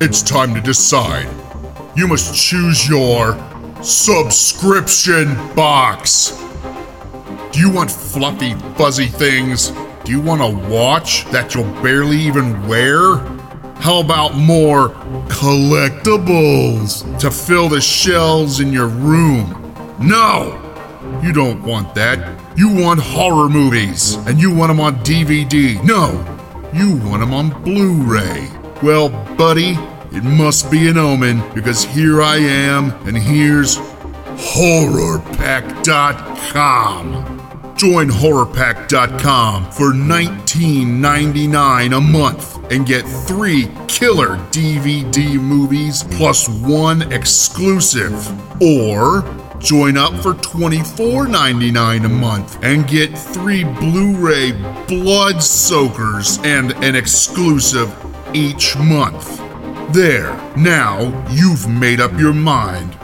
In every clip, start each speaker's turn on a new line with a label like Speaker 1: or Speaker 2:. Speaker 1: It's time to decide. You must choose your subscription box. Do you want fluffy, fuzzy things? Do you want a watch that you'll barely even wear? How about more collectibles to fill the shelves in your room? No! You don't want that. You want horror movies, and you want them on DVD. No! You want them on Blu ray. Well, buddy, it must be an omen because here I am, and here's horrorpack.com. Join horrorpack.com for $19.99 a month and get three killer DVD movies plus one exclusive. Or join up for $24.99 a month and get three Blu ray blood soakers and an exclusive each month. There, now you've made up your mind.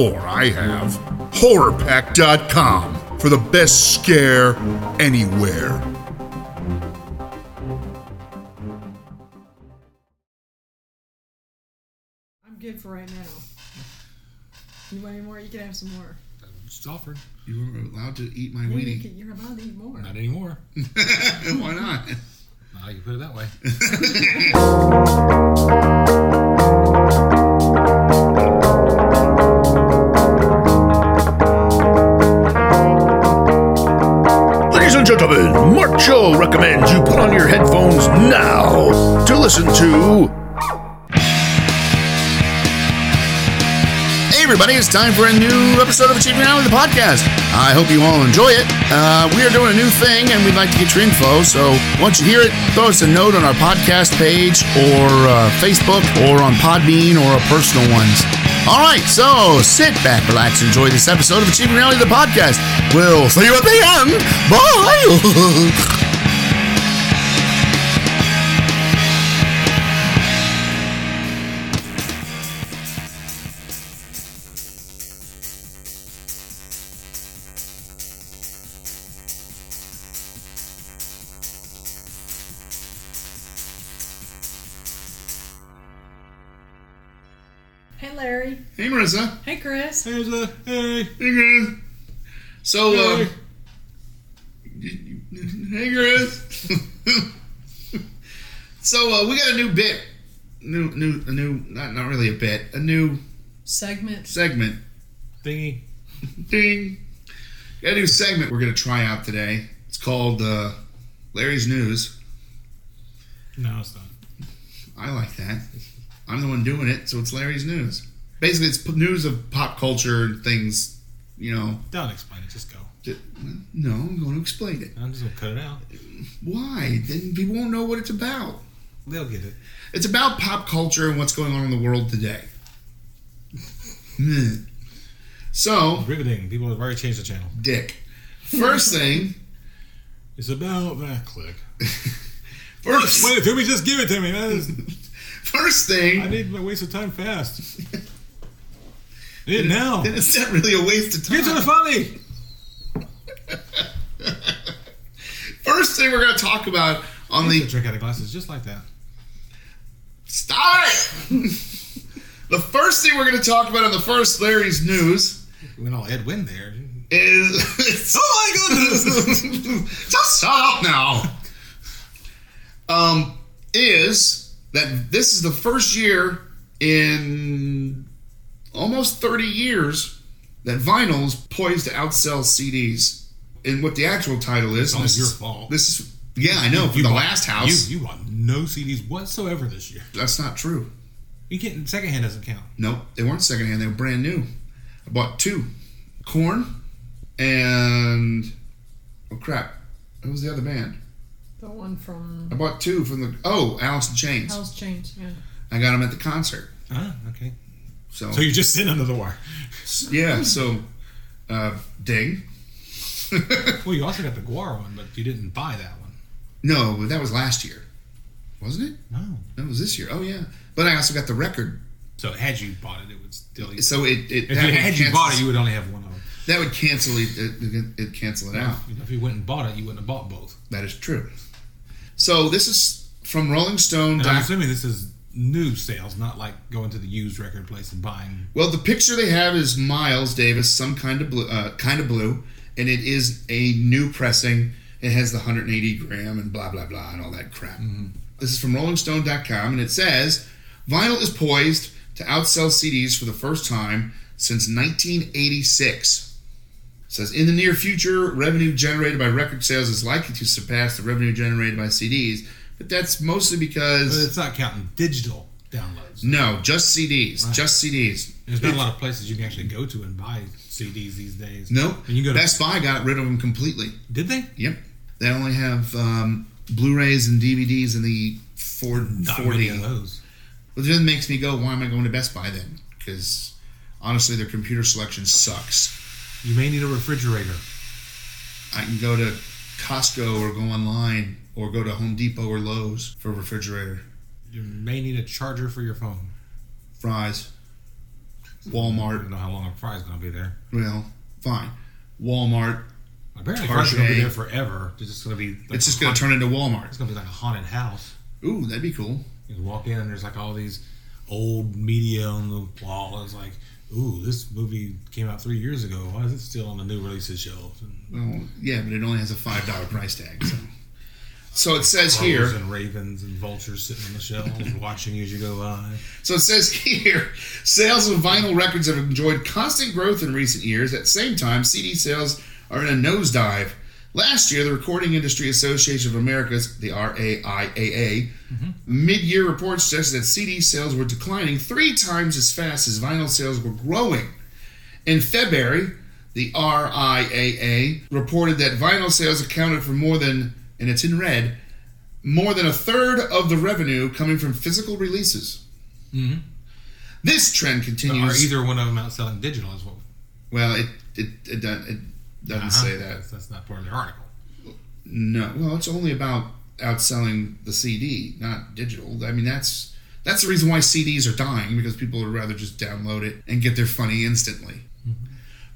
Speaker 1: Or I have. HorrorPack.com for the best scare anywhere.
Speaker 2: I'm good for right now. You want any more? You can have some more.
Speaker 3: Just offered.
Speaker 1: You were allowed to eat my
Speaker 2: Yeah, you
Speaker 1: weenie.
Speaker 2: can, you're about to eat more.
Speaker 3: Not anymore.
Speaker 1: Why not?
Speaker 3: Ah, you can put it that way.
Speaker 4: Ladies and gentlemen, Mark Cho recommends you put on your headphones now to listen to.
Speaker 1: Hey, everybody, it's time for a new episode of Achieving Hour, the podcast. I hope you all enjoy it. Uh, we are doing a new thing and we'd like to get your info. So once you hear it, throw us a note on our podcast page or uh, Facebook or on Podbean or our personal ones. All right, so sit back, relax, enjoy this episode of Achieving Reality, the podcast. We'll see you at the end. Bye.
Speaker 2: Hey, Larry.
Speaker 1: hey, Marissa.
Speaker 2: Hey, Chris.
Speaker 3: Here's a hey.
Speaker 1: Hey, Chris. So,
Speaker 3: Hey.
Speaker 1: um, hey, Chris. so uh, we got a new bit, new, new, a new, not not really a bit, a new
Speaker 2: Segment.
Speaker 1: segment.
Speaker 3: Thingy.
Speaker 1: Ding. Got a new segment we're gonna try out today. It's called uh, Larry's News.
Speaker 3: No, it's not.
Speaker 1: I like that. I'm the one doing it, so it's Larry's News. Basically, it's p- news of pop culture and things. You know,
Speaker 3: Don't explain it. Just go.
Speaker 1: that- no, I'm going to explain it.
Speaker 3: I'm just gonna cut it out.
Speaker 1: Why? Then people won't know what it's about.
Speaker 3: They'll get it.
Speaker 1: It's about pop culture and what's going on in the world today. Hmm. so,
Speaker 3: Riveting. People have already changed the channel.
Speaker 1: Dick. First thing,
Speaker 3: It's about that click.
Speaker 1: first,
Speaker 3: Wait, Toby, just give it to me. That is,
Speaker 1: first
Speaker 3: I
Speaker 1: thing.
Speaker 3: need my waste of time fast. I need it now.
Speaker 1: Then it's not really a waste of
Speaker 3: Get to the
Speaker 1: time.
Speaker 3: funny.
Speaker 1: First thing we're going to talk about on
Speaker 3: They
Speaker 1: the
Speaker 3: drink out of glasses just like that.
Speaker 1: stop it. the first thing we're going to talk about on the first Larry's news
Speaker 3: Went all Ed Wynn there.
Speaker 1: is
Speaker 3: Oh my goodness.
Speaker 1: just stop now. Um, is that this is the first year in almost 30 years that vinyl is poised to outsell CDs. And what the actual title is?
Speaker 3: all
Speaker 1: this
Speaker 3: your
Speaker 1: is-
Speaker 3: fault.
Speaker 1: This is yeah, I know. From
Speaker 3: You
Speaker 1: the
Speaker 3: bought-
Speaker 1: last house,
Speaker 3: You, you bought no CDs whatsoever this year.
Speaker 1: that's not true.
Speaker 3: You can't. Secondhand doesn't count.
Speaker 1: Nope, they weren't secondhand. They were brand new. I bought two, Corn, and oh crap, who was the other band?
Speaker 2: The one from
Speaker 1: I bought two from the oh Alice in Chains.
Speaker 2: House Change. Yeah.
Speaker 1: I got them at the concert.
Speaker 3: Ah, okay.
Speaker 1: So,
Speaker 3: So you're just sitting under the wire.
Speaker 1: yeah, so uh, ding.
Speaker 3: Well, you also got the Guar one, but you didn't buy that one.
Speaker 1: no, but that was last year, wasn't it?
Speaker 3: No.
Speaker 1: That was this year. Oh yeah, but I also got the record.
Speaker 3: So had you bought it, it would still. If
Speaker 1: So it it
Speaker 3: you,
Speaker 1: that would
Speaker 3: had you
Speaker 1: cancel-
Speaker 3: bought it, you would only have one of them.
Speaker 1: that would cancel it, it. It cancel it out.
Speaker 3: If you went and bought it, you wouldn't have bought both.
Speaker 1: That is true. So this is from Rolling Stone.
Speaker 3: And I'm
Speaker 1: Doc-
Speaker 3: assuming this is new sales, not like going to the used record place and buying.
Speaker 5: Well, the picture they have is Miles Davis, some kind of blue, uh, kind of blue, and it is a new pressing. It has the 180 gram and blah blah blah and all that crap.
Speaker 3: Mm-hmm.
Speaker 5: This is from RollingStone.com, and it says vinyl is poised to outsell CDs for the first time since 1986. It says in the near future, revenue generated by record sales is likely to surpass the revenue generated by CDs, but that's mostly
Speaker 3: But
Speaker 5: because
Speaker 3: it's not counting digital downloads.
Speaker 5: no, just CDs, just CDs.
Speaker 3: There's not a lot of places you can actually go to and buy CDs these days.
Speaker 5: Nope.
Speaker 3: And you go to-
Speaker 5: Best Buy got rid of them completely.
Speaker 3: Did they?
Speaker 5: Yep. They only have um, Blu-rays and DVDs in the four,
Speaker 3: Not many
Speaker 5: 40.
Speaker 3: of those.
Speaker 5: Which then makes me go, why am I going to Best Buy then? Because honestly, their computer selection sucks.
Speaker 3: You may need a refrigerator.
Speaker 5: I can go to Costco or go online or go to Home Depot or Lowe's for a refrigerator.
Speaker 3: You may need a charger for your phone.
Speaker 5: Fries.
Speaker 3: I don't
Speaker 5: Walmart.
Speaker 3: know how long a fry's gonna be there.
Speaker 5: Well, fine. Walmart.
Speaker 3: Apparently, fry's gonna be
Speaker 5: Target.
Speaker 3: there forever. It's just gonna be. Like
Speaker 5: It's just
Speaker 3: a
Speaker 5: going to
Speaker 3: haunted-
Speaker 5: turn into Walmart.
Speaker 3: It's gonna be like a haunted house.
Speaker 5: Ooh, that'd be cool.
Speaker 3: You walk in and there's like all these old media on the wall. It's like, ooh, this movie came out three years ago. Why is it still on the new releases shelf? And
Speaker 5: Well, yeah, but it only has a $5 price tag. So, so it says
Speaker 3: crows
Speaker 5: here.
Speaker 3: and ravens and vultures sitting on the shelves watching you as you go by.
Speaker 5: So it says here, sales of vinyl records have enjoyed constant growth in recent years. At the same time, CD sales are in a nosedive. Last year, the Recording Industry Association of America's, the RAIAA,
Speaker 3: Mm-hmm.
Speaker 5: mid-year report suggested that CD sales were declining three times as fast as vinyl sales were growing. In February, the RIAA reported that vinyl sales accounted for more than, and it's in red, more than a third of the revenue coming from physical releases.
Speaker 3: Mhm.
Speaker 5: This trend
Speaker 3: Are
Speaker 5: continues.
Speaker 3: either one of them out selling digital? Is what
Speaker 5: well, it it it, do- it doesn't
Speaker 3: Uh-huh.
Speaker 5: say that.
Speaker 3: That's, that's not part of the article.
Speaker 5: No. Well, it's only about outselling the CD, not digital. I mean, that's that's the reason why CDs are dying because people would rather just download it and get their funny instantly.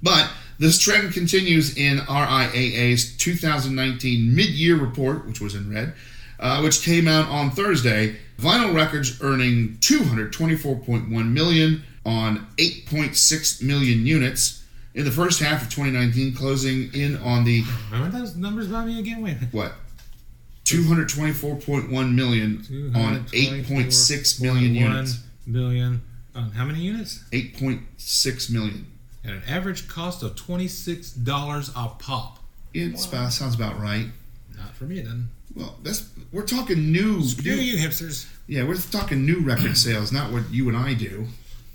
Speaker 5: But this trend continues in RIAA's 2019 mid-year report, which was in red, uh, which came out on Thursday. Vinyl records earning 224.1 million on 8.6 million units in the first half of 2019, closing in on the
Speaker 3: Remember those numbers by me again? Wait.
Speaker 5: what? 224.1 million on 8.6 million units.
Speaker 3: 224.1 million on how many units?
Speaker 5: 8.6 million.
Speaker 3: At an average cost of $26 a pop.
Speaker 5: It spa- sounds about right.
Speaker 3: Not for me, then.
Speaker 5: Well, that's we're talking new,
Speaker 3: Do you hipsters?
Speaker 5: Yeah, we're talking new record sales, not what you and I do.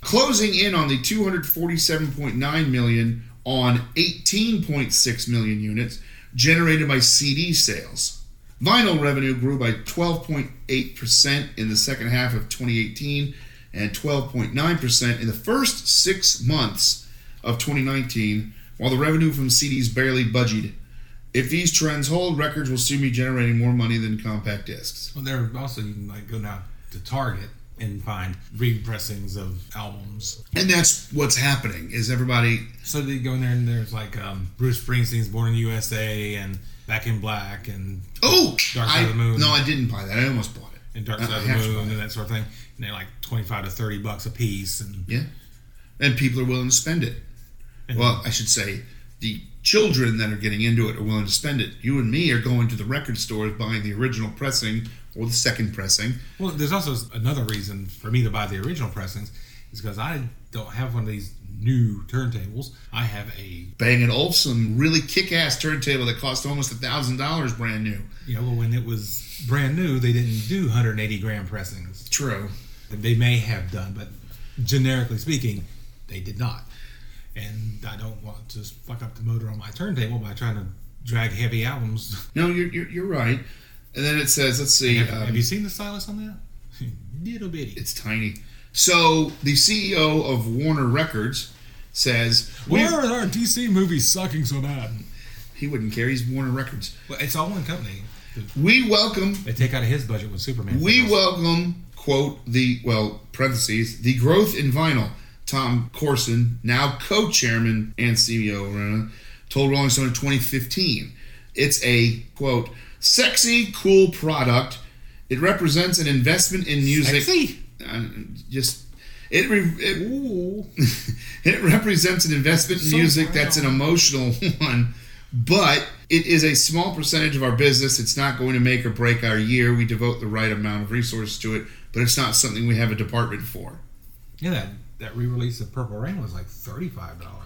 Speaker 5: Closing in on the 247.9 million on 18.6 million units generated by CD sales. Vinyl revenue grew by 12.8% in the second half of 2018 and 12.9% in the first 6 months of 2019, while the revenue from CDs barely budgied. If these trends hold, records will soon be generating more money than compact discs.
Speaker 3: Well, there are also you can like go now to Target and find repressings of albums.
Speaker 5: And that's what's happening is everybody
Speaker 3: So they go in there and there's like um, Bruce Springsteen's "Born in the USA" and "Back in Black" and
Speaker 5: Oh
Speaker 3: Dark
Speaker 5: I-
Speaker 3: Side of the Moon.
Speaker 5: No, I didn't buy that. I almost bought it.
Speaker 3: and "Dark
Speaker 5: I-
Speaker 3: Side
Speaker 5: I
Speaker 3: of the
Speaker 5: have to
Speaker 3: Moon"
Speaker 5: buy
Speaker 3: and that sort of thing. And they're like twenty-five to thirty bucks a piece. And
Speaker 5: Yeah. And people are willing to spend it. Well, I should say the children that are getting into it are willing to spend it. You and me are going to the record stores buying the original pressing or the second pressing.
Speaker 3: well, there's also another reason for me to buy the original pressings is because I don't have one of these new turntables. I have a
Speaker 5: Bang and Olufsen really kick ass turntable that cost almost a thousand dollars brand new.
Speaker 3: you know when it was brand new they didn't do 180 gram pressings.
Speaker 5: True.
Speaker 3: they may have done, but generically speaking, they did not. And I don't want to fuck up the motor on my turntable by trying to drag heavy albums.
Speaker 5: No, you're you're, you're right. And then it says, let's see,
Speaker 3: Have,
Speaker 5: um,
Speaker 3: have you seen the stylus on that? Little bitty.
Speaker 5: it's tiny. So the CEO of Warner Records says we-
Speaker 3: Where are our DC movies sucking so bad?
Speaker 5: He wouldn't care. He's Warner Records.
Speaker 3: Well, it's all one company.
Speaker 5: We welcome,
Speaker 3: They take out of his budget with Superman.
Speaker 5: we
Speaker 3: films.
Speaker 5: welcome, quote, the, well, parentheses, the growth in vinyl. Tom Corson, now co chairman and CEO, of Warner, told Rolling Stone in 2015. It's a, quote, sexy, cool product. It represents an investment in music
Speaker 3: Sexy?
Speaker 5: I, just it re, it, it represents an investment in music that's an emotional one, but it is a small percentage of our business. It's not going to make or break our year. We devote the right amount of resources to it, but it's not something we have a department for.
Speaker 3: Yeah, that, that re-release of Purple Rain was like thirty-five dollars.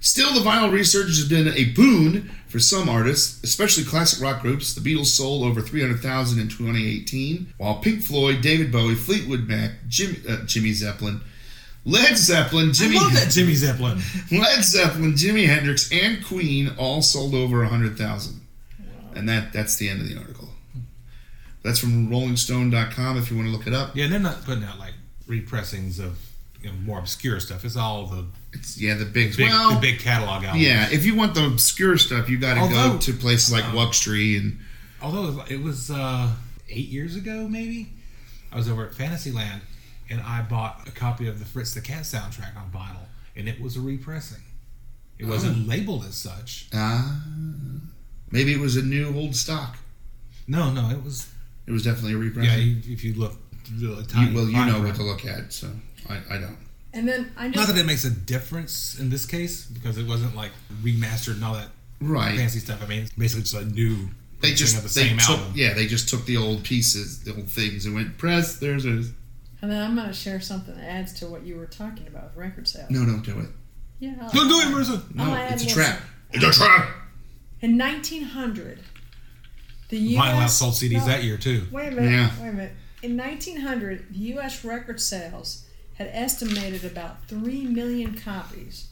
Speaker 5: Still, the vinyl resurgence has been a boon for some artists, especially classic rock groups. The Beatles sold over 300,000 in 2018, while Pink Floyd, David Bowie, Fleetwood Mac, Jim, uh, Jimmy Zeppelin, Led Zeppelin, Jimmy,
Speaker 3: I love that Jimmy Zeppelin.
Speaker 5: Led Zeppelin, Jimi Hendrix, and Queen all sold over 100,000. And that that's the end of the article. That's from RollingStone.com if you want to look it up.
Speaker 3: Yeah, and they're not putting out like repressings of you know, more obscure stuff. It's all the
Speaker 5: It's, yeah, the big,
Speaker 3: big,
Speaker 5: well,
Speaker 3: the big catalog albums.
Speaker 5: yeah. If you want the obscure stuff, you got to go
Speaker 3: Although- Oh.
Speaker 5: to places like Wuxtree and
Speaker 3: although it was, like- it was uh, eight years ago maybe i was over at fantasyland and i bought a copy of the fritz the cat soundtrack on vinyl and it was a repressing it wasn't
Speaker 5: Oh.
Speaker 3: labeled as such
Speaker 5: Ah, maybe it was a new old stock.
Speaker 3: no no it was
Speaker 5: It was definitely a reprint.
Speaker 3: yeah you, if you look through the
Speaker 5: You-
Speaker 3: tiny
Speaker 5: well, you
Speaker 3: fine
Speaker 5: know
Speaker 3: print.
Speaker 5: what to look at, so I, I don't.
Speaker 2: And then I
Speaker 3: not
Speaker 2: know
Speaker 3: that it makes a difference in this case because it wasn't like remastered and all that
Speaker 5: Right?
Speaker 3: fancy stuff i mean it's basically just a new
Speaker 5: They just
Speaker 3: of the
Speaker 5: they
Speaker 3: same
Speaker 5: took
Speaker 3: album
Speaker 5: yeah they just took the old pieces, the old things, and went press. There's a
Speaker 2: and then I'm gonna share something that adds to what you were talking about with record sales.
Speaker 5: no, don't do it.
Speaker 2: Yeah. I'll-
Speaker 3: don't do it marissa
Speaker 5: No,
Speaker 2: I'll add
Speaker 5: it's a
Speaker 2: one.
Speaker 5: trap. It's a trap.
Speaker 2: In 1900, the
Speaker 3: vinyl
Speaker 2: U.S.
Speaker 3: outsold cds
Speaker 2: no,
Speaker 3: that year too
Speaker 2: Wait a minute.
Speaker 5: Yeah.
Speaker 2: Wait a minute. In 1900, the U.S. record sales had estimated about three million copies.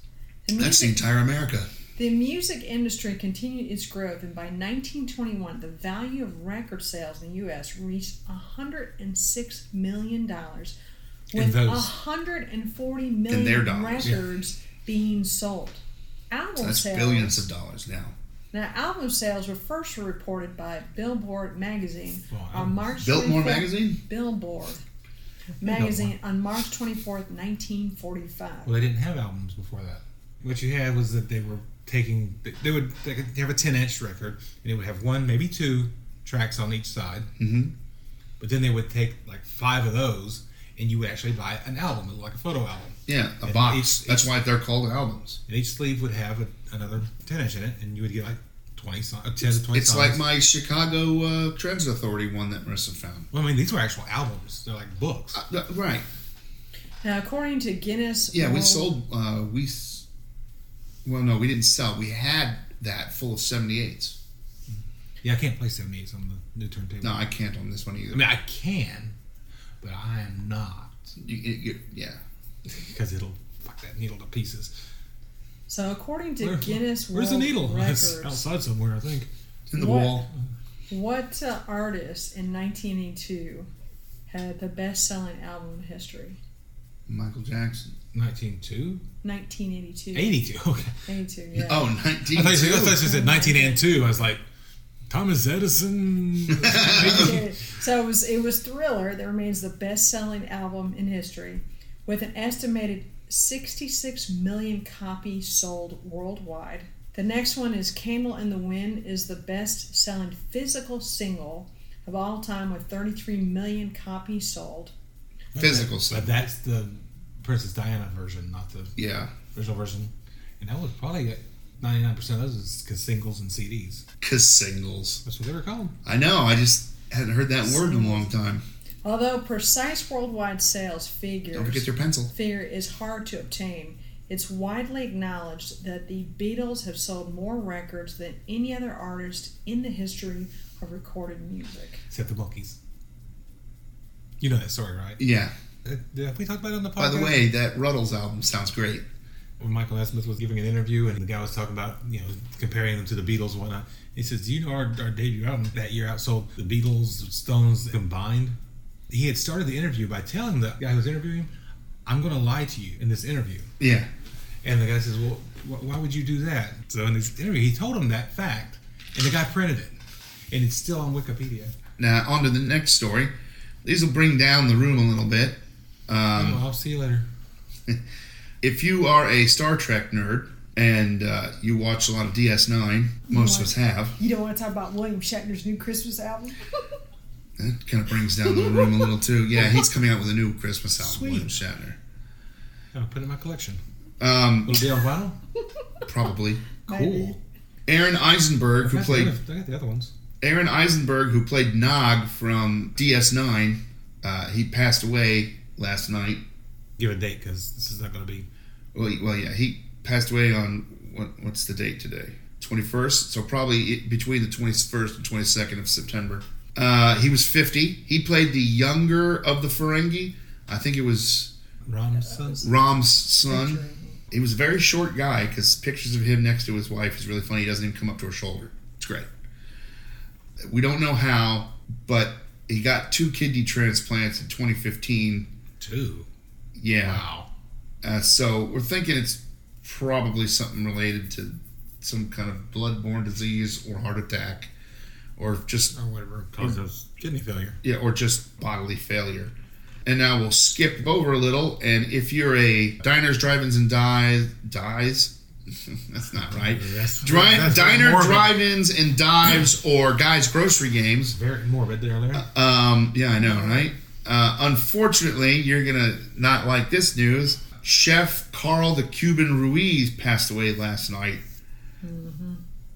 Speaker 2: The
Speaker 5: That's the
Speaker 2: music,
Speaker 5: entire America.
Speaker 2: the music industry continued its growth, and by 1921, the value of record sales in the U.S. reached 106 million dollars,
Speaker 3: In
Speaker 2: with
Speaker 3: those-
Speaker 2: 140
Speaker 5: their
Speaker 2: million
Speaker 5: dollars, yeah.
Speaker 2: records being sold. Album
Speaker 5: That's
Speaker 2: sales
Speaker 5: billions of dollars now.
Speaker 2: now, album sales were first reported by Billboard magazine
Speaker 3: Wow.
Speaker 2: on March
Speaker 5: Biltmore
Speaker 2: 25th
Speaker 5: magazine.
Speaker 2: Billboard magazine on March twenty fourth, nineteen forty five.
Speaker 3: Well, they didn't have albums before that. What you had was that they were taking they- they would they could have a ten inch record and it would have one maybe two tracks on each side. Mm-hmm. But then they would take like five of those and you would actually buy an album, like a photo album.
Speaker 5: Yeah, a
Speaker 3: And
Speaker 5: box.
Speaker 3: each-
Speaker 5: That's
Speaker 3: each-
Speaker 5: why they're called albums.
Speaker 3: And each sleeve would have a, another ten inch in it, and you would get like twenty songs, ten to twenty
Speaker 5: It's
Speaker 3: songs.
Speaker 5: like my Chicago uh, Trends Authority one that Marissa found.
Speaker 3: well, I mean, these were actual albums. They're like books.
Speaker 5: Uh, right.
Speaker 2: Now, according to Guinness,
Speaker 5: Yeah, we
Speaker 2: World-
Speaker 5: sold. Uh, we s- well, no, we didn't sell. We had that full of seventy eights.
Speaker 3: Yeah, I can't play seventy eights on the new turntable.
Speaker 5: No, I can't on this one either.
Speaker 3: I mean I can, but I am not
Speaker 5: You- you- you- yeah,
Speaker 3: because it'll fuck that needle to pieces.
Speaker 2: So, according to
Speaker 3: Where-
Speaker 2: Guinness
Speaker 3: Where's the
Speaker 2: World
Speaker 3: needle? It's
Speaker 2: Records,
Speaker 3: outside somewhere, I think.
Speaker 5: It's in the
Speaker 2: What?
Speaker 5: wall.
Speaker 2: what uh, artist in nineteen eighty two had the best selling album in history?
Speaker 5: Michael Jackson.
Speaker 3: 1902?
Speaker 2: Nineteen eighty two.
Speaker 3: 82. Okay.
Speaker 2: Eighty two. Yeah.
Speaker 5: Oh, 19.
Speaker 3: I thought you said, I thought you said 19 and 2. I was like, Thomas Edison.
Speaker 2: Okay, so it was it was Thriller that remains the best-selling album in history, with an estimated 66 million copies sold worldwide. The next one is Candle in the Wind is the best-selling physical single of all time with 33 million copies sold.
Speaker 5: Physical
Speaker 3: But
Speaker 5: stuff.
Speaker 3: that's the Princess Diana version, not the
Speaker 5: Yeah,
Speaker 3: original version. And that was probably it. 99% of those is 'cause singles and CDs.
Speaker 5: cause singles.
Speaker 3: That's what they were called.
Speaker 5: I know. I just hadn't heard that word in a long time.
Speaker 2: Although precise worldwide sales figures
Speaker 5: Don't forget your pencil.
Speaker 2: figure is hard to obtain. It's widely acknowledged that the Beatles have sold more records than any other artist in the history of recorded music.
Speaker 3: Except the monkeys. You know that story, right?
Speaker 5: Yeah.
Speaker 3: Uh, Have we talked about it on the podcast?
Speaker 5: By the way, that Ruddles album sounds great.
Speaker 3: when Michael Nesmith was giving an interview and the guy was talking about, you know, comparing them to the Beatles and whatnot. He says, Do you know our, our debut album that year outsold the Beatles, Stones combined? He had started the interview by telling the guy who was interviewing him, I'm going to lie to you in this interview.
Speaker 5: Yeah.
Speaker 3: And the guy says, Well, wh- why would you do that? So in this interview, he told him that fact and the guy printed it. And it's still on Wikipedia.
Speaker 5: Now on to the next story. These will bring down the room a little bit. Um,
Speaker 3: well, I'll see you later.
Speaker 5: if you are a Star Trek nerd and uh, you watch a lot of DS9, most of us have.
Speaker 2: You don't want to talk about William Shatner's new Christmas album?
Speaker 5: That kind of brings down the room a little too. Yeah, he's coming out with a new Christmas album, William Shatner.
Speaker 3: I'll put it in my collection.
Speaker 5: Um,
Speaker 3: It'll be on vinyl.
Speaker 5: probably.
Speaker 3: Cool.
Speaker 5: Aaron Eisenberg, who
Speaker 3: That's the
Speaker 5: played
Speaker 3: other- I got the other ones.
Speaker 5: Aaron Eisenberg, who played Nog from DS9, uh, he passed away last night.
Speaker 3: Give a date because this is not going to be.
Speaker 5: Well, he- well, yeah, he passed away on what, what's the date today? Twenty first. So probably it- between the twenty first and twenty second of September. Uh, he was fifty. He played the younger of the Ferengi. I think it was
Speaker 3: Ramses.
Speaker 5: Rom's son. He was a very short guy because pictures of him next to his wife is really funny. He doesn't even come up to her shoulder. It's great. We don't know how, but he got two kidney transplants in 2015.
Speaker 3: Two.
Speaker 5: Yeah.
Speaker 3: Wow.
Speaker 5: Uh, so we're thinking it's probably something related to some kind of bloodborne disease or heart attack, or just
Speaker 3: Or whatever causes kidney failure.
Speaker 5: yeah, or just bodily failure. And now we'll skip over a little. And if you're a diners, drive-ins, and dies, dies, that's not right.
Speaker 3: That's-
Speaker 5: Dri-
Speaker 3: that's
Speaker 5: diner,
Speaker 3: morbid.
Speaker 5: drive-ins, and dives, or guys' grocery games.
Speaker 3: Very morbid there, there.
Speaker 5: Um, yeah, I know, right? Uh, unfortunately, you're gonna not like this news. Chef Carl the Cuban Ruiz passed away last night,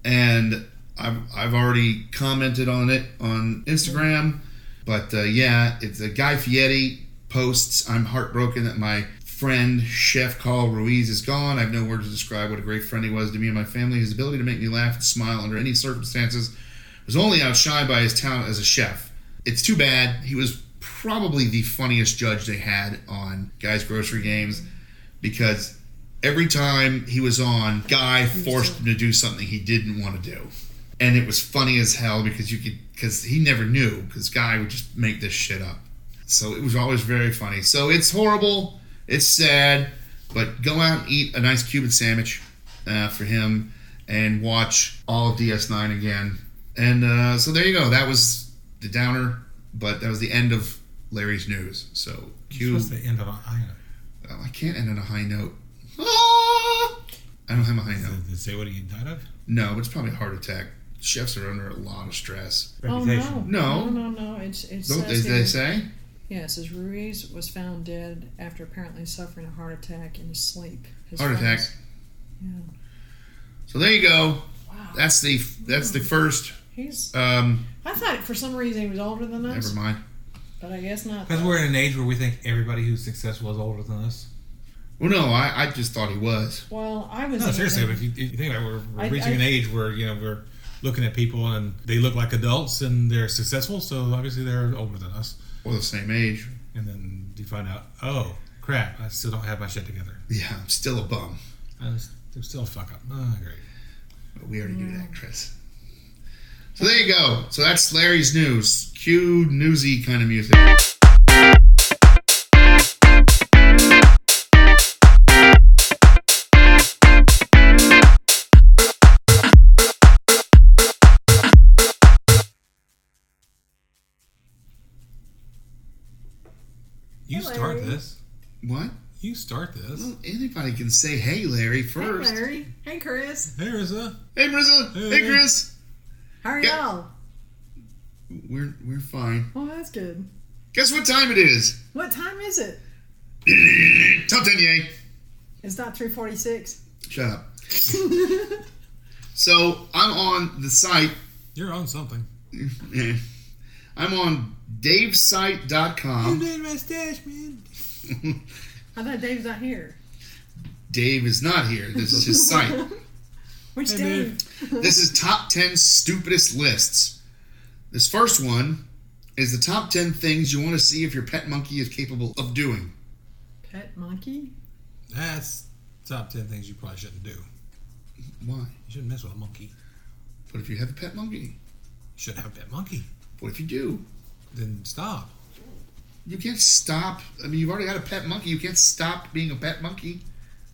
Speaker 5: and I've I've already commented on it on Instagram. But uh, yeah, it's a Guy Fieri posts. I'm heartbroken that my friend Chef Carl Ruiz is gone. I have no words to describe what a great friend he was to me and my family. His ability to make me laugh and smile under any circumstances was only outshined by his talent as a chef. It's too bad. He was probably the funniest judge they had on Guy's Grocery Games because every time he was on, Guy forced him to do something he didn't want to do. And it was funny as hell because you could, because he never knew, because Guy would just make this shit up. So it was always very funny. So it's horrible. It's sad. But go out and eat a nice Cuban sandwich uh, for him and watch all of DS9 again. And uh, so there you go. That was the downer, but that was the end of Larry's news. So
Speaker 3: You're
Speaker 5: cue.
Speaker 3: supposed to end on a high note.
Speaker 5: Oh, I can't end on a high note. Ah! I don't have a high note.
Speaker 3: Did it say what he died of?
Speaker 5: No, but it's probably a heart attack. Chefs are under a lot of stress.
Speaker 2: Oh no.
Speaker 3: Reputation.
Speaker 5: No.
Speaker 2: No, no, no. It's it's
Speaker 5: Don't they, they say?
Speaker 2: Yes, as Ruiz was found dead after apparently suffering a heart attack in his sleep. His
Speaker 5: Heart attack.
Speaker 2: friends- Yeah.
Speaker 5: So there you go.
Speaker 2: Wow.
Speaker 5: That's the that's the first.
Speaker 2: He's.
Speaker 5: Um,
Speaker 2: I thought for some reason he was older than us,
Speaker 5: never mind.
Speaker 2: but I guess not.
Speaker 3: Because we're in an age where we think everybody who's successful is older than us.
Speaker 5: Well, no, I, I just thought he was.
Speaker 2: Well, I was.
Speaker 3: No, seriously. But
Speaker 2: thinking-
Speaker 3: if you, if you think about it, we're, we're
Speaker 2: I-
Speaker 3: reaching
Speaker 2: I-
Speaker 3: an age where you know we're looking at people and they look like adults and they're successful, so obviously they're older than us.
Speaker 5: Or the same age.
Speaker 3: And then you find out, oh crap, I still don't have my shit together.
Speaker 5: Yeah, I'm still a bum.
Speaker 3: I'm s- I'm still a fuck up. Oh, great.
Speaker 5: But we already knew that, Chris. So there you go. So that's Larry's news. Cue newsy kind of music.
Speaker 3: You
Speaker 2: Hey,
Speaker 3: start
Speaker 2: Larry.
Speaker 3: this.
Speaker 5: What?
Speaker 3: You start this.
Speaker 2: Mm.
Speaker 5: Well, anybody can say, "Hey, Larry," first.
Speaker 2: Hey, Larry. Hey, Chris.
Speaker 3: Hey, Rizza.
Speaker 5: Hey, Marissa.
Speaker 3: Hey.
Speaker 5: Hey, Chris.
Speaker 2: How are
Speaker 5: Yeah.
Speaker 2: y'all?
Speaker 5: We're we're fine.
Speaker 2: Well, that's good.
Speaker 5: Guess what time it is?
Speaker 2: What time is it?
Speaker 5: Top ten yay.
Speaker 2: It's not three forty-six.
Speaker 5: Shut up. so I'm on the site.
Speaker 3: You're on something.
Speaker 5: eh, I'm on davesite.com.
Speaker 3: made my stash, man.
Speaker 2: I thought Dave's not here.
Speaker 5: Dave is not here. This is his site.
Speaker 2: Which
Speaker 3: Hey,
Speaker 2: Dave?
Speaker 5: This is top 10 stupidest lists. This first one is the top 10 things you want to see if your pet monkey is capable of doing.
Speaker 2: Pet monkey.
Speaker 3: That's top ten things you probably shouldn't do. You
Speaker 5: Why?
Speaker 3: shouldn't mess with a monkey.
Speaker 5: What if you have a pet monkey?
Speaker 3: You shouldn't have a pet monkey.
Speaker 5: What if you do?
Speaker 3: Then stop.
Speaker 5: You can't stop. I mean, you've already got a pet monkey. You can't stop being a pet monkey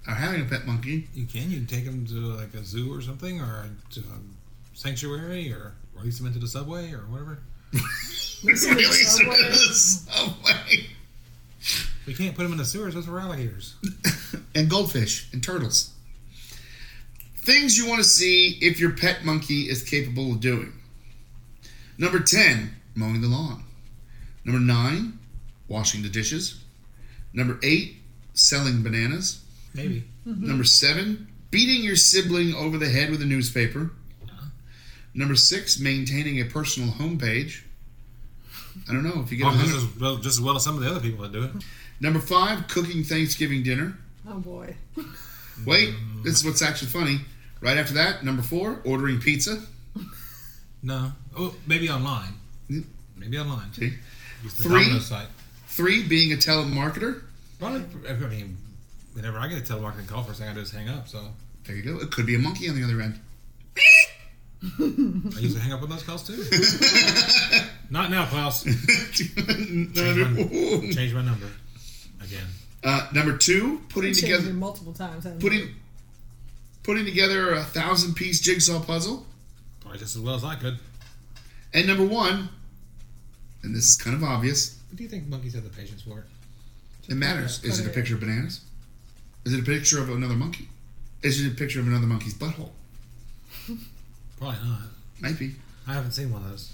Speaker 5: or having a pet monkey.
Speaker 3: You can. You can take them to like a zoo or something, or to a sanctuary, or release them into the subway or whatever.
Speaker 5: Really,
Speaker 2: Subway.
Speaker 5: Subway.
Speaker 3: We can't put them in the sewers. Those are alligators.
Speaker 5: and goldfish and turtles. Things you want to see if your pet monkey is capable of doing. Number 10, mowing the lawn. Number nine, washing the dishes. Number eight, selling bananas.
Speaker 3: Maybe.
Speaker 5: Number seven, beating your sibling over the head with a newspaper. Number six, maintaining a personal homepage. I don't know if you get.
Speaker 3: Well, just,
Speaker 5: 100
Speaker 3: as well, just as well as some of the other people that do it.
Speaker 5: Number five, cooking Thanksgiving dinner.
Speaker 2: Oh boy.
Speaker 5: Wait, this is what's actually funny. Right after that, number four, ordering pizza.
Speaker 3: No. Oh, maybe online.
Speaker 5: Mm.
Speaker 3: Maybe online.
Speaker 5: Okay.
Speaker 3: Use the
Speaker 5: Three.
Speaker 3: Domino's site.
Speaker 5: Three, being a telemarketer.
Speaker 3: Probably, I mean, whenever I get a telemarketing call, first thing I do is hang up. So
Speaker 5: There you go. It could be a monkey on the other end.
Speaker 3: I usually hang up on those calls too. Not now, Klaus. Change my number again.
Speaker 5: uh, number two, putting
Speaker 2: Changed it
Speaker 5: together
Speaker 2: multiple times. haven't you?
Speaker 5: putting putting together a thousand piece jigsaw puzzle.
Speaker 3: Probably just as well as I could.
Speaker 5: And number one, and this is kind of obvious,
Speaker 3: What do you think monkeys have the patience for? it?
Speaker 5: it matters. Is it a picture of bananas? Is it a picture of another monkey? Is it a picture of another monkey's butthole?
Speaker 3: Probably not.
Speaker 5: Might be.
Speaker 3: I haven't seen one of those.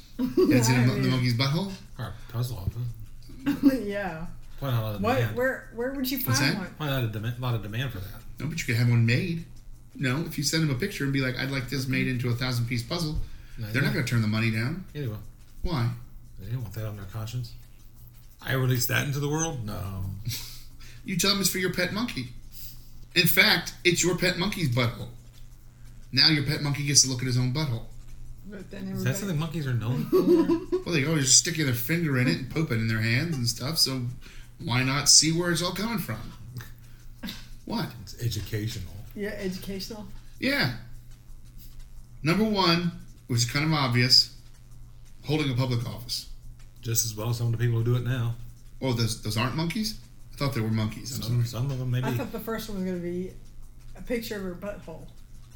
Speaker 5: Is it a mon- the monkey's butthole?
Speaker 3: Or a puzzle. Huh?
Speaker 2: yeah.
Speaker 3: Probably not a lot of
Speaker 2: What?
Speaker 3: demand.
Speaker 2: Where? Where would you
Speaker 5: What's
Speaker 2: find
Speaker 5: that?
Speaker 2: one?
Speaker 3: Probably not a demand, lot of demand for that.
Speaker 5: No, but you could have one made. No, if you send them a picture and be like, "I'd like this made into a thousand piece puzzle,"
Speaker 3: No,
Speaker 5: they're not going to turn the money down.
Speaker 3: Either one.
Speaker 5: Why?
Speaker 3: They didn't want that on their conscience. I released that into the world? No.
Speaker 5: You tell them it's for your pet monkey. In fact, it's your pet monkey's butthole. Now your pet monkey gets to look at his own butthole.
Speaker 2: But then
Speaker 3: Is
Speaker 2: everybody.
Speaker 3: that something monkeys are known for?
Speaker 5: Well, they always sticking their finger in it and pooping in their hands and stuff. So why not see where it's all coming from? What?
Speaker 3: it's educational.
Speaker 2: Yeah, educational.
Speaker 5: Yeah. Number one, which is kind of obvious, holding a public office.
Speaker 3: Just as well as some of the people who do it now.
Speaker 5: Oh, those those aren't monkeys. I thought they were monkeys. I'm
Speaker 3: Some,
Speaker 5: sorry.
Speaker 3: some of them maybe.
Speaker 2: I thought the first one was going to be a picture of her butthole.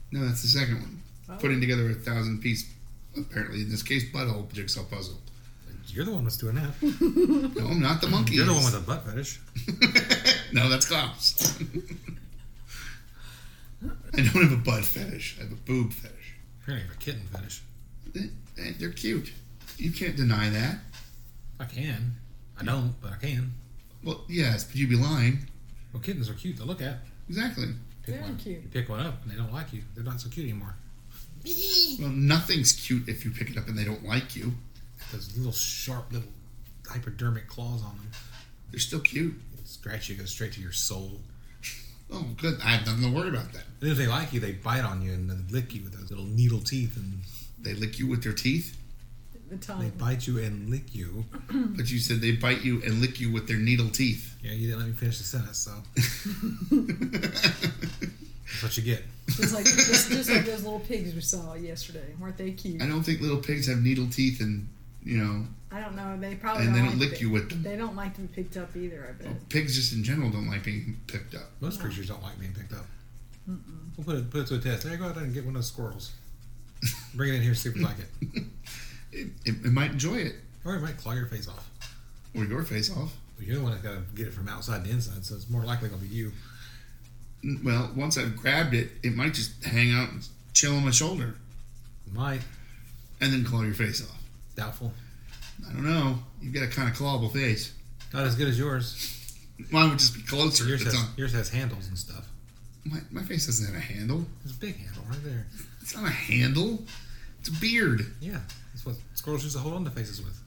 Speaker 5: No, that's the second one. Putting together a thousand piece, apparently in this case, butthole jigsaw puzzle.
Speaker 3: You're the one that's doing that.
Speaker 5: No, I'm not the monkey.
Speaker 3: You're the one with a butt fetish.
Speaker 5: no, that's Klaus. I don't have a butt fetish. I have a boob fetish.
Speaker 3: Apparently, you have a kitten fetish.
Speaker 5: Eh, eh, They're cute. You can't deny that.
Speaker 3: I can. I don't, but I can.
Speaker 5: Well, yes, but you'd be lying.
Speaker 3: Well, kittens are cute to look at.
Speaker 5: Exactly.
Speaker 3: Pick
Speaker 2: Very
Speaker 3: one.
Speaker 2: cute.
Speaker 3: You pick one up and they don't like you. They're not so cute anymore.
Speaker 5: Well, nothing's cute if you pick it up and they don't like you.
Speaker 3: Those little sharp little hypodermic claws on them
Speaker 5: They're still cute.
Speaker 3: scratch you, go straight to your soul.
Speaker 5: Oh, good. I have nothing to worry about then.
Speaker 3: And if they like you, they bite on you and then lick you with those little needle teeth and
Speaker 5: They lick you with their teeth,
Speaker 2: The
Speaker 3: they
Speaker 2: tongue.
Speaker 3: bite you and lick you.
Speaker 5: but you said they bite you and lick you with their needle teeth.
Speaker 3: Yeah, you didn't let me finish the sentence, so that's what you get.
Speaker 2: Just like just, just like those little pigs we saw yesterday. Weren't they cute?
Speaker 5: I don't think little pigs have needle teeth and, you know,
Speaker 2: I don't know. They probably
Speaker 5: and
Speaker 2: don't
Speaker 5: they don't
Speaker 2: like
Speaker 5: lick
Speaker 2: pig-
Speaker 5: you with them.
Speaker 2: They don't like to be picked up either. I bet.
Speaker 5: Pigs just in general don't like being picked up.
Speaker 3: Most creatures don't like being picked up. We'll put it, put it to a test. There you go out there and get one of those squirrels. Bring it in here, see if you like it.
Speaker 5: It, it, it might enjoy it
Speaker 3: Or it might claw your face off.
Speaker 5: or your face off.
Speaker 3: But you're the one that's got to get it from outside to inside, so it's more likely going to be you.
Speaker 5: N- Well, once I've grabbed it, it might just hang out and chill on my shoulder
Speaker 3: Might.
Speaker 5: and then claw your face off.
Speaker 3: Doubtful.
Speaker 5: I don't know. You've got a kind of clawable face.
Speaker 3: Not as good as yours.
Speaker 5: Mine would just be closer.
Speaker 3: Yours
Speaker 5: It's
Speaker 3: has,
Speaker 5: on-
Speaker 3: yours has handles and stuff.
Speaker 5: my, my face doesn't have a handle.
Speaker 3: It's a big handle right there.
Speaker 5: It's not a handle. It's a beard.
Speaker 3: Yeah, that's what squirrels use to hold on to faces with.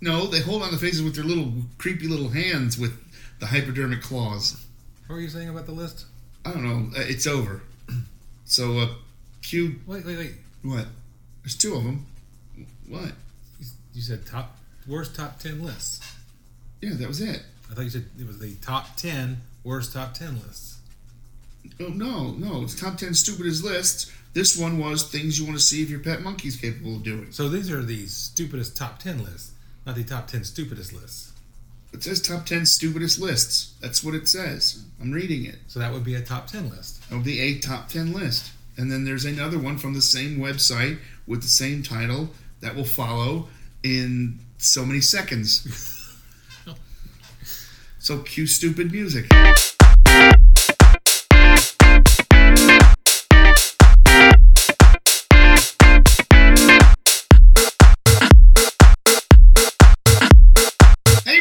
Speaker 5: No, they hold on to faces with their little creepy little hands with the hypodermic claws.
Speaker 3: What were you saying about the list?
Speaker 5: I don't know. Uh, It's over. So, uh, cue
Speaker 3: Wait, wait, wait.
Speaker 5: what? There's two of them. What?
Speaker 3: You, you said top worst top ten lists.
Speaker 5: Yeah, that was it.
Speaker 3: I thought you said it was the top ten worst top ten lists.
Speaker 5: Oh no, no! It's top ten stupidest lists. This one was things you want to see if your pet monkey's capable of doing.
Speaker 3: So these are the stupidest top ten lists, not the top ten stupidest lists.
Speaker 5: It says top ten stupidest lists. That's what it says. I'm reading it.
Speaker 3: So that would be a top ten list.
Speaker 5: of the eight top 10 list. And then there's another one from the same website with the same title that will follow in so many seconds. so cue stupid music.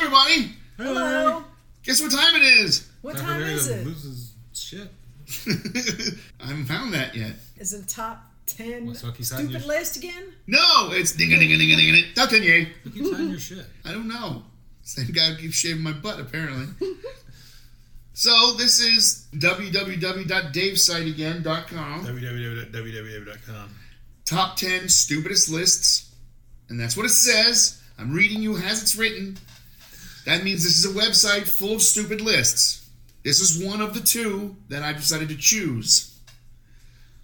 Speaker 5: Oh.
Speaker 2: Hello.
Speaker 5: Guess what time it is?
Speaker 2: What time is it?
Speaker 3: Loses shit.
Speaker 5: I haven't found that yet.
Speaker 2: Is it top ten
Speaker 3: Well, so I keep hiding
Speaker 2: stupid
Speaker 3: your-
Speaker 2: list again?
Speaker 5: No, it's dinga dinga dinga dinga dinga. Duncan yay.
Speaker 3: Who keeps hiding your shit?
Speaker 5: I don't know. Same guy who keeps shaving my butt apparently. so this is www.davesiteagain.com.
Speaker 3: www.www.com.
Speaker 5: top 10 stupidest lists. And that's what it says. I'm reading you as it's written. That means this is a website full of stupid lists. This is one of the two that I decided to choose.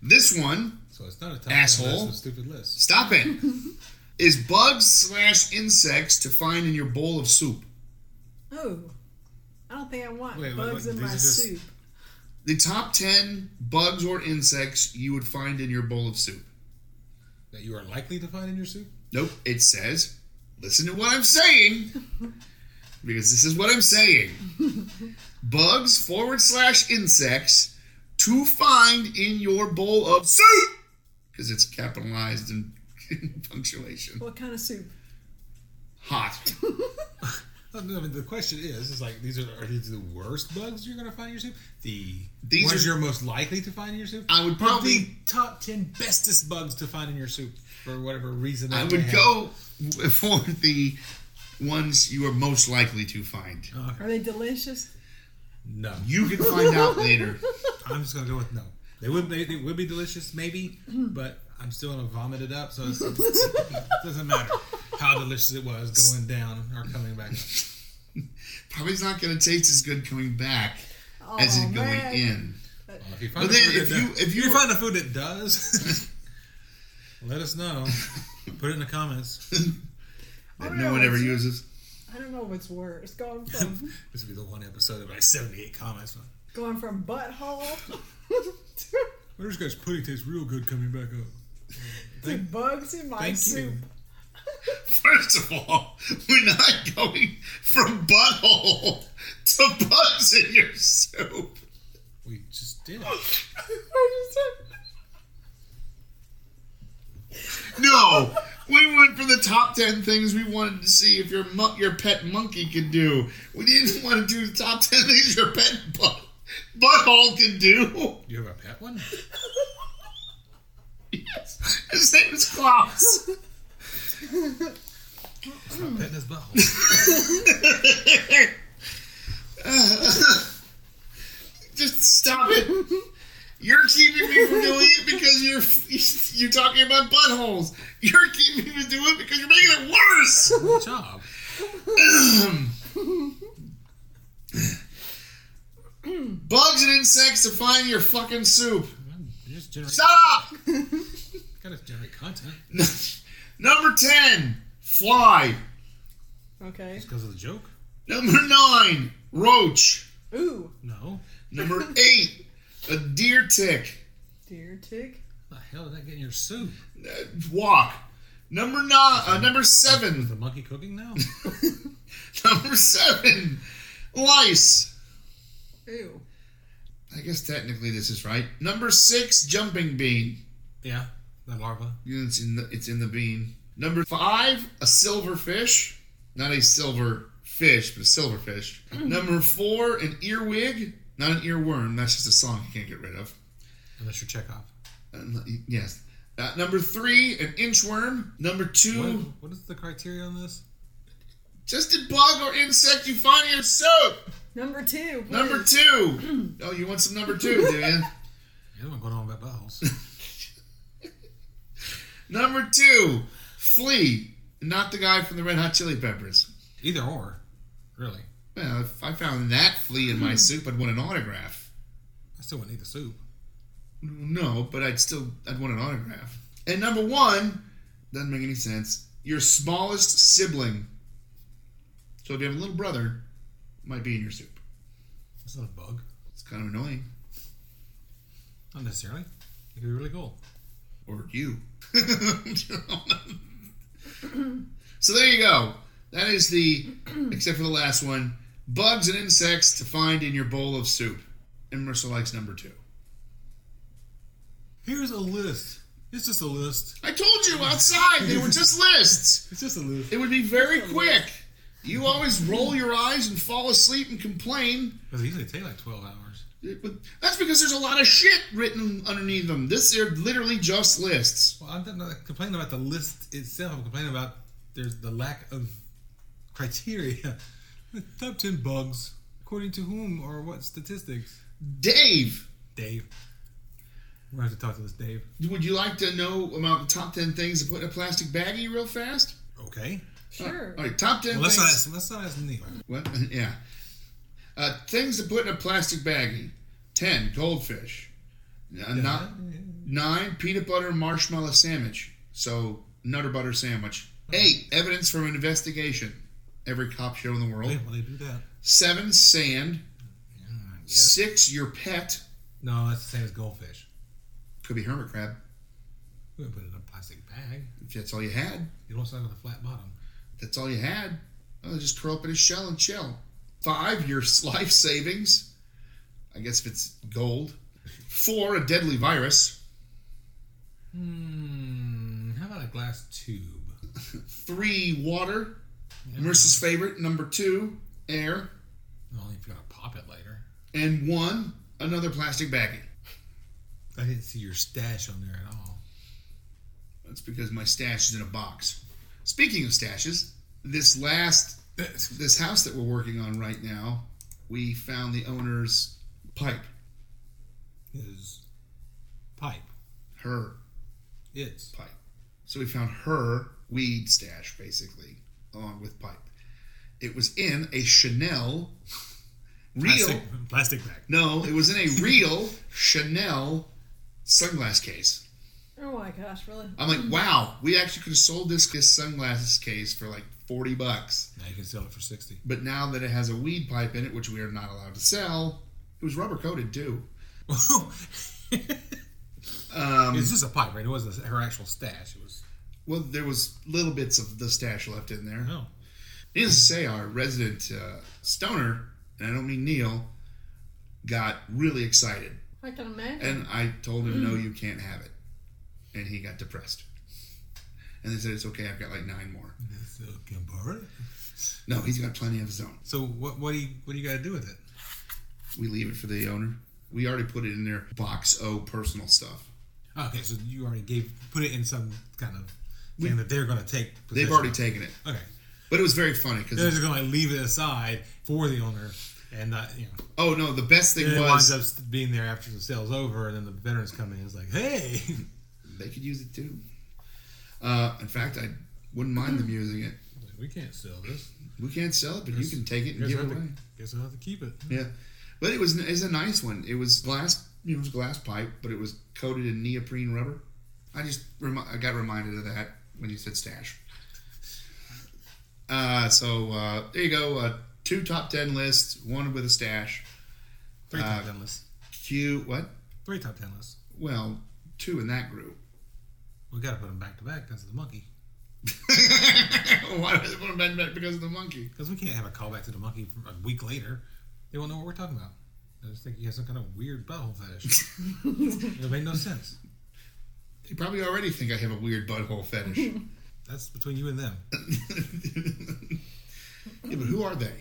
Speaker 5: This one,
Speaker 3: So it's not a top
Speaker 5: Asshole.
Speaker 3: List, it's a stupid list.
Speaker 5: stop it, is bugs slash insects to find in your bowl of soup.
Speaker 2: Oh, I don't think I want
Speaker 3: Wait, wait,
Speaker 2: bugs
Speaker 3: wait,
Speaker 2: in
Speaker 3: these
Speaker 2: my
Speaker 3: are just-
Speaker 2: soup.
Speaker 5: The top 10 bugs or insects you would find in your bowl of soup.
Speaker 3: That you are likely to find in your soup?
Speaker 5: Nope, it says, listen to what I'm saying, because this is what I'm saying. Bugs forward slash insects to find in your bowl of soup, because it's capitalized in punctuation.
Speaker 2: What kind of soup?
Speaker 5: Hot.
Speaker 3: No, no, I mean, the question is, is like these are are these the worst bugs you're gonna find in your soup? The
Speaker 5: These
Speaker 3: ones
Speaker 5: are-
Speaker 3: you're most likely to find in your soup?
Speaker 5: I would
Speaker 3: Or the
Speaker 5: probably-
Speaker 3: top ten bestest bugs to find in your soup for whatever reason.
Speaker 5: I
Speaker 3: that they
Speaker 5: would
Speaker 3: have.
Speaker 5: go for the ones you are most likely to find.
Speaker 2: Are they delicious?
Speaker 3: No,
Speaker 5: You can find out later.
Speaker 3: I'm just gonna go with no. They would they, they would be delicious maybe,
Speaker 5: Mm-hmm.
Speaker 3: but I'm still gonna vomit it up, so it's, it doesn't matter how delicious it was going down or coming back. Up.
Speaker 5: Probably it's not going to taste as good coming back
Speaker 2: Oh,
Speaker 5: as it going
Speaker 2: man.
Speaker 5: in.
Speaker 3: Well, if you find
Speaker 5: But
Speaker 3: a
Speaker 5: then
Speaker 3: food
Speaker 5: if
Speaker 3: that
Speaker 5: you-
Speaker 3: does-
Speaker 5: if you-
Speaker 3: find a food that does, let us know. Put it in the comments.
Speaker 5: That
Speaker 2: don't
Speaker 5: no
Speaker 2: know,
Speaker 5: one ever
Speaker 2: it's-
Speaker 5: uses.
Speaker 2: I don't know what's worse. Going from
Speaker 3: This will be the one episode of like 78 comments.
Speaker 2: going from butthole to,
Speaker 3: Well, this guy's pudding tastes real good coming back up.
Speaker 2: to bugs in my
Speaker 3: Thank
Speaker 2: soup.
Speaker 3: you.
Speaker 5: First of all, we're not going from butthole to bugs in your soup.
Speaker 3: We just did.
Speaker 2: I just said-
Speaker 5: No, we went for the top ten things we wanted to see if your mon- your pet monkey could do. We didn't want to do the top ten things your pet butt- butthole could do.
Speaker 3: You have a pet one?
Speaker 5: Yes, his name is Klaus.
Speaker 3: Stop petting his butthole.
Speaker 5: Just stop it. You're keeping me from doing it because you're you're talking about buttholes. You're keeping me from doing it because you're making it worse.
Speaker 3: Good job.
Speaker 5: Bugs and insects to find your fucking soup.
Speaker 3: You're just generating,
Speaker 5: Stop!
Speaker 3: gotta generate content.
Speaker 5: Number 10, fly.
Speaker 2: Okay.
Speaker 3: Because of the joke?
Speaker 5: Number 9, roach.
Speaker 2: Ooh,
Speaker 3: No.
Speaker 5: Number 8, a deer tick.
Speaker 2: dear tick.
Speaker 3: What the hell did that get in your soup?
Speaker 5: Uh, walk. Number 9, uh, number
Speaker 3: Is
Speaker 5: 7,
Speaker 3: the monkey cooking now?
Speaker 5: number 7, lice.
Speaker 2: Ooh.
Speaker 5: I guess technically this is right. Number 6, jumping bean.
Speaker 3: yeah. The larva.
Speaker 5: Yeah, It's in the, it's in the bean. Number 5, a silverfish. Not a silver fish, but a silverfish. Number 4, an earwig. Not an earworm. That's just a song you can't get rid of.
Speaker 3: Unless you're Chekhov.
Speaker 5: Uh, yes. Uh, number three, an inchworm. Number two,
Speaker 3: What, what is the criteria on this?
Speaker 5: just a bug or insect you find in your soap.
Speaker 2: Number two. please.
Speaker 5: Number two. oh, you want some number two, do you?
Speaker 3: You're the one going on about buttholes.
Speaker 5: number two, flea. Not the guy from the Red Hot Chili Peppers.
Speaker 3: Either or. Really.
Speaker 5: Well, if I found that flea in my soup, I'd want an autograph.
Speaker 3: I still wouldn't eat the soup.
Speaker 5: No, but I'd still, I'd want an autograph. And number one, doesn't make any sense. Your smallest sibling. So if you have a little brother, might be in your soup.
Speaker 3: It's not a bug.
Speaker 5: It's kind of annoying.
Speaker 3: Not necessarily. It could be really cool.
Speaker 5: or you. so there you go. That is the, except for the last one, bugs and insects to find in your bowl of soup. And Mercer likes number two.
Speaker 3: Here's a list. It's just a list.
Speaker 5: I told you outside they were just lists.
Speaker 3: It's just a list.
Speaker 5: It would be very quick. You always roll your eyes and fall asleep and complain.
Speaker 3: Because it usually take like 12 hours.
Speaker 5: That's because there's a lot of shit written underneath them. This are literally just lists.
Speaker 3: Well, I'm not complaining about the list itself. I'm complaining about there's the lack of criteria. The top 10 bugs, according to whom or what statistics?
Speaker 5: Dave,
Speaker 3: Dave. We're going to have to talk to this Dave.
Speaker 5: would you like to know about the top 10 things to put in a plastic baggie real fast?
Speaker 3: Okay.
Speaker 2: Sure.
Speaker 5: All right, top 10
Speaker 3: Well, let's,
Speaker 5: things.
Speaker 3: not ask, let's not ask Neil.
Speaker 5: What? Yeah. Uh, things to put in a plastic baggie. Ten goldfish. Uh, ni- nine peanut butter marshmallow sandwich. So nutter butter sandwich. Eight evidence from an investigation. Every cop show in the
Speaker 3: Hey,
Speaker 5: world.
Speaker 3: well, they do that.
Speaker 5: Seven sand.
Speaker 3: Yes.
Speaker 5: Six your pet.
Speaker 3: No, that's the same as goldfish.
Speaker 5: Could be hermit crab
Speaker 3: We would put it in a plastic bag.
Speaker 5: if that's all you had.
Speaker 3: You don't start with a flat bottom.
Speaker 5: That's all you had. Oh, just curl up in a shell and chill. Five, your life savings. I guess if it's gold. Four, a deadly virus.
Speaker 3: Hmm. How about a glass tube?
Speaker 5: Three, water. Nurse's favorite. Number two, air.
Speaker 3: Only if you're gonna pop it later.
Speaker 5: And one, another plastic baggie.
Speaker 3: I didn't see your stash on there at all.
Speaker 5: That's because my stash is in a box. Speaking of stashes, this last, this house that we're working on right now, we found the owner's pipe.
Speaker 3: Is pipe.
Speaker 5: Her
Speaker 3: It's
Speaker 5: pipe. So we found her weed stash, basically, along with pipe. It was in a Chanel real.
Speaker 3: plastic, plastic bag.
Speaker 5: No, it was in a real Chanel sunglass case.
Speaker 2: Oh my gosh, really?
Speaker 5: I'm like, wow, we actually could have sold this this sunglasses case for like 40 bucks.
Speaker 3: Now you can sell it for sixty.
Speaker 5: But now that it has a weed pipe in it, which we are not allowed to sell, it was rubber coated too. Um,
Speaker 3: it's just a pipe, right? It wasn't her actual stash. It was
Speaker 5: well, there was little bits of the stash left in there.
Speaker 3: no.
Speaker 5: Needless to say, our resident uh, stoner, and I don't mean Neil, got really excited.
Speaker 2: I can imagine.
Speaker 5: And I told him, no, you can't have it. And he got depressed. And they said, it's okay, I've got like nine more.
Speaker 3: So can borrow it.
Speaker 5: No, he's got plenty of his own.
Speaker 3: So what? What do you? What do you got to do with it?
Speaker 5: We leave it for the owner. We already put it in their box O personal stuff.
Speaker 3: Okay, so you already gave put it in some kind of thing that they're going to take.
Speaker 5: They've
Speaker 3: possession
Speaker 5: already
Speaker 3: of.
Speaker 5: taken it.
Speaker 3: Okay,
Speaker 5: But it was very funny
Speaker 3: they're
Speaker 5: because,
Speaker 3: just going to leave it aside for the owner, and not you know.
Speaker 5: oh no, the best thing
Speaker 3: And it winds
Speaker 5: was
Speaker 3: up st- being there after the sale's over, and then the veterans come in. and It's like, hey,
Speaker 5: they could use it too. Uh, in fact, I wouldn't mind them using it.
Speaker 3: we can't sell this.
Speaker 5: We can't sell it, but you can take it and
Speaker 3: Guess
Speaker 5: give
Speaker 3: I
Speaker 5: it
Speaker 3: have
Speaker 5: away.
Speaker 3: to, guess I'll have to keep it.
Speaker 5: Yeah, but it was it's a nice one. It was glass, it was glass pipe, but it was coated in neoprene rubber. I just remi- I got reminded of that when you said stash. Uh, so uh, there you go. Uh, two top ten lists, one with a stash.
Speaker 3: Three
Speaker 5: Uh,
Speaker 3: top ten lists.
Speaker 5: Q what?
Speaker 3: Three top ten lists.
Speaker 5: Well, two in that group.
Speaker 3: We got to put them back to back because of the monkey.
Speaker 5: Why did I put them back to back because of the monkey?
Speaker 3: Because we can't have a callback to the monkey from a week later. They won't know what we're talking about. I just think you have some kind of weird butthole fetish. It'll make no sense.
Speaker 5: They probably already think I have a weird butthole fetish. yeah,
Speaker 3: That's between you and them.
Speaker 5: but who are they?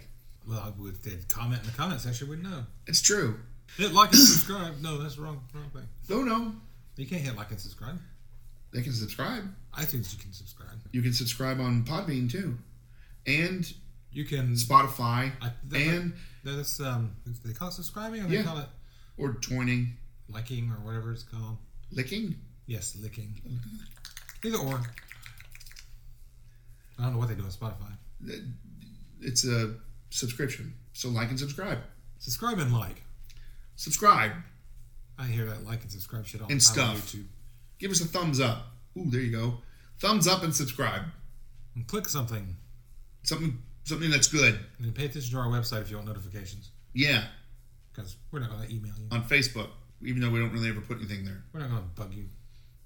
Speaker 3: Well, I would they'd comment in the comment section. We'd know.
Speaker 5: It's true.
Speaker 3: Hit like and subscribe. No, that's the wrong wrong thing.
Speaker 5: No, no,
Speaker 3: You can't hit like and subscribe.
Speaker 5: they can subscribe.
Speaker 3: iTunes, you can subscribe.
Speaker 5: You can subscribe on Podbean too, and
Speaker 3: You can.
Speaker 5: Spotify,
Speaker 3: I, that,
Speaker 5: and
Speaker 3: that- that's um. They call it subscribing, or they
Speaker 5: Yeah.
Speaker 3: call it
Speaker 5: or joining
Speaker 3: liking, or whatever it's called.
Speaker 5: licking.
Speaker 3: Yes, licking. Either or. I don't know what they do on Spotify.
Speaker 5: It's a subscription, so like and subscribe.
Speaker 3: Subscribe and like.
Speaker 5: Subscribe.
Speaker 3: I hear that like and subscribe shit all the
Speaker 5: And
Speaker 3: time on
Speaker 5: stuff.
Speaker 3: YouTube.
Speaker 5: Give us a thumbs up. Ooh, there you go. Thumbs up and subscribe.
Speaker 3: And click something.
Speaker 5: Something something that's good.
Speaker 3: And pay attention to our website if you want notifications.
Speaker 5: Yeah,
Speaker 3: Because we're not going to email you.
Speaker 5: on Facebook, even though we don't really ever put anything there.
Speaker 3: We're not going to bug you.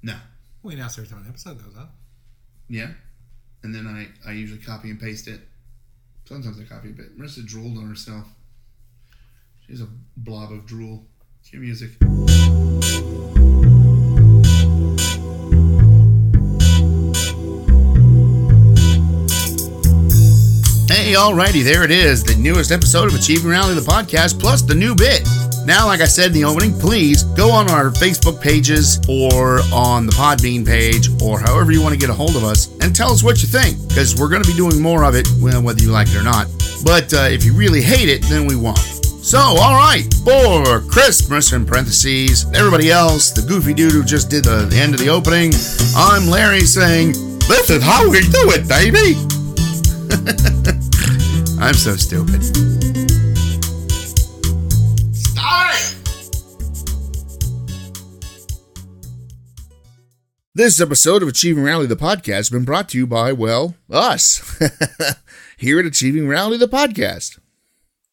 Speaker 5: No.
Speaker 3: We announce every time an episode goes out.
Speaker 5: Yeah. And then I I usually copy and paste it. Sometimes I copy and paste. Marissa drooled on herself. She's a blob of drool. Cue music.
Speaker 4: Hey,
Speaker 1: Alrighty, alrighty, there it is. The newest episode of Achieving Reality, the podcast, plus the new bit. Now, like I said in the opening, please go on our Facebook pages or on the Podbean page or however you want to get a hold of us and tell us what you think because we're going to be doing more of it, well, whether you like it or not. But uh, if you really hate it, then we won't. So, all right, for Christmas in parentheses, everybody else, the goofy dude who just did the, the end of the opening, I'm Larry saying, This is how we do it, baby! I'm so stupid. This episode of Achieving Reality the Podcast has been brought to you by, well, us here at Achieving Reality the Podcast.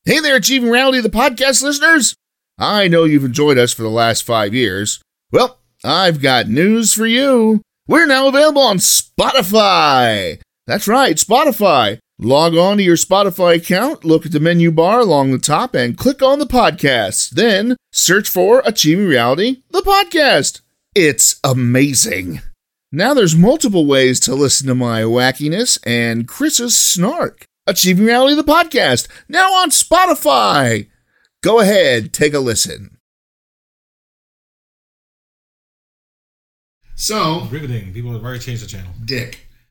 Speaker 1: Hey there, Achieving Reality the Podcast listeners! I know you've enjoyed us for the last five years. Well, I've got news for you. We're now available on Spotify. That's right, Spotify. Log on to your Spotify account, look at the menu bar along the top, and click on the podcast. Then search for Achieving Reality, the podcast. It's amazing. Now there's multiple ways to listen to my wackiness and Chris's snark. Achieving Reality, the podcast, now on Spotify. Go ahead, take a listen.
Speaker 5: So,
Speaker 3: Riveting. People have already changed the channel.
Speaker 5: Dick.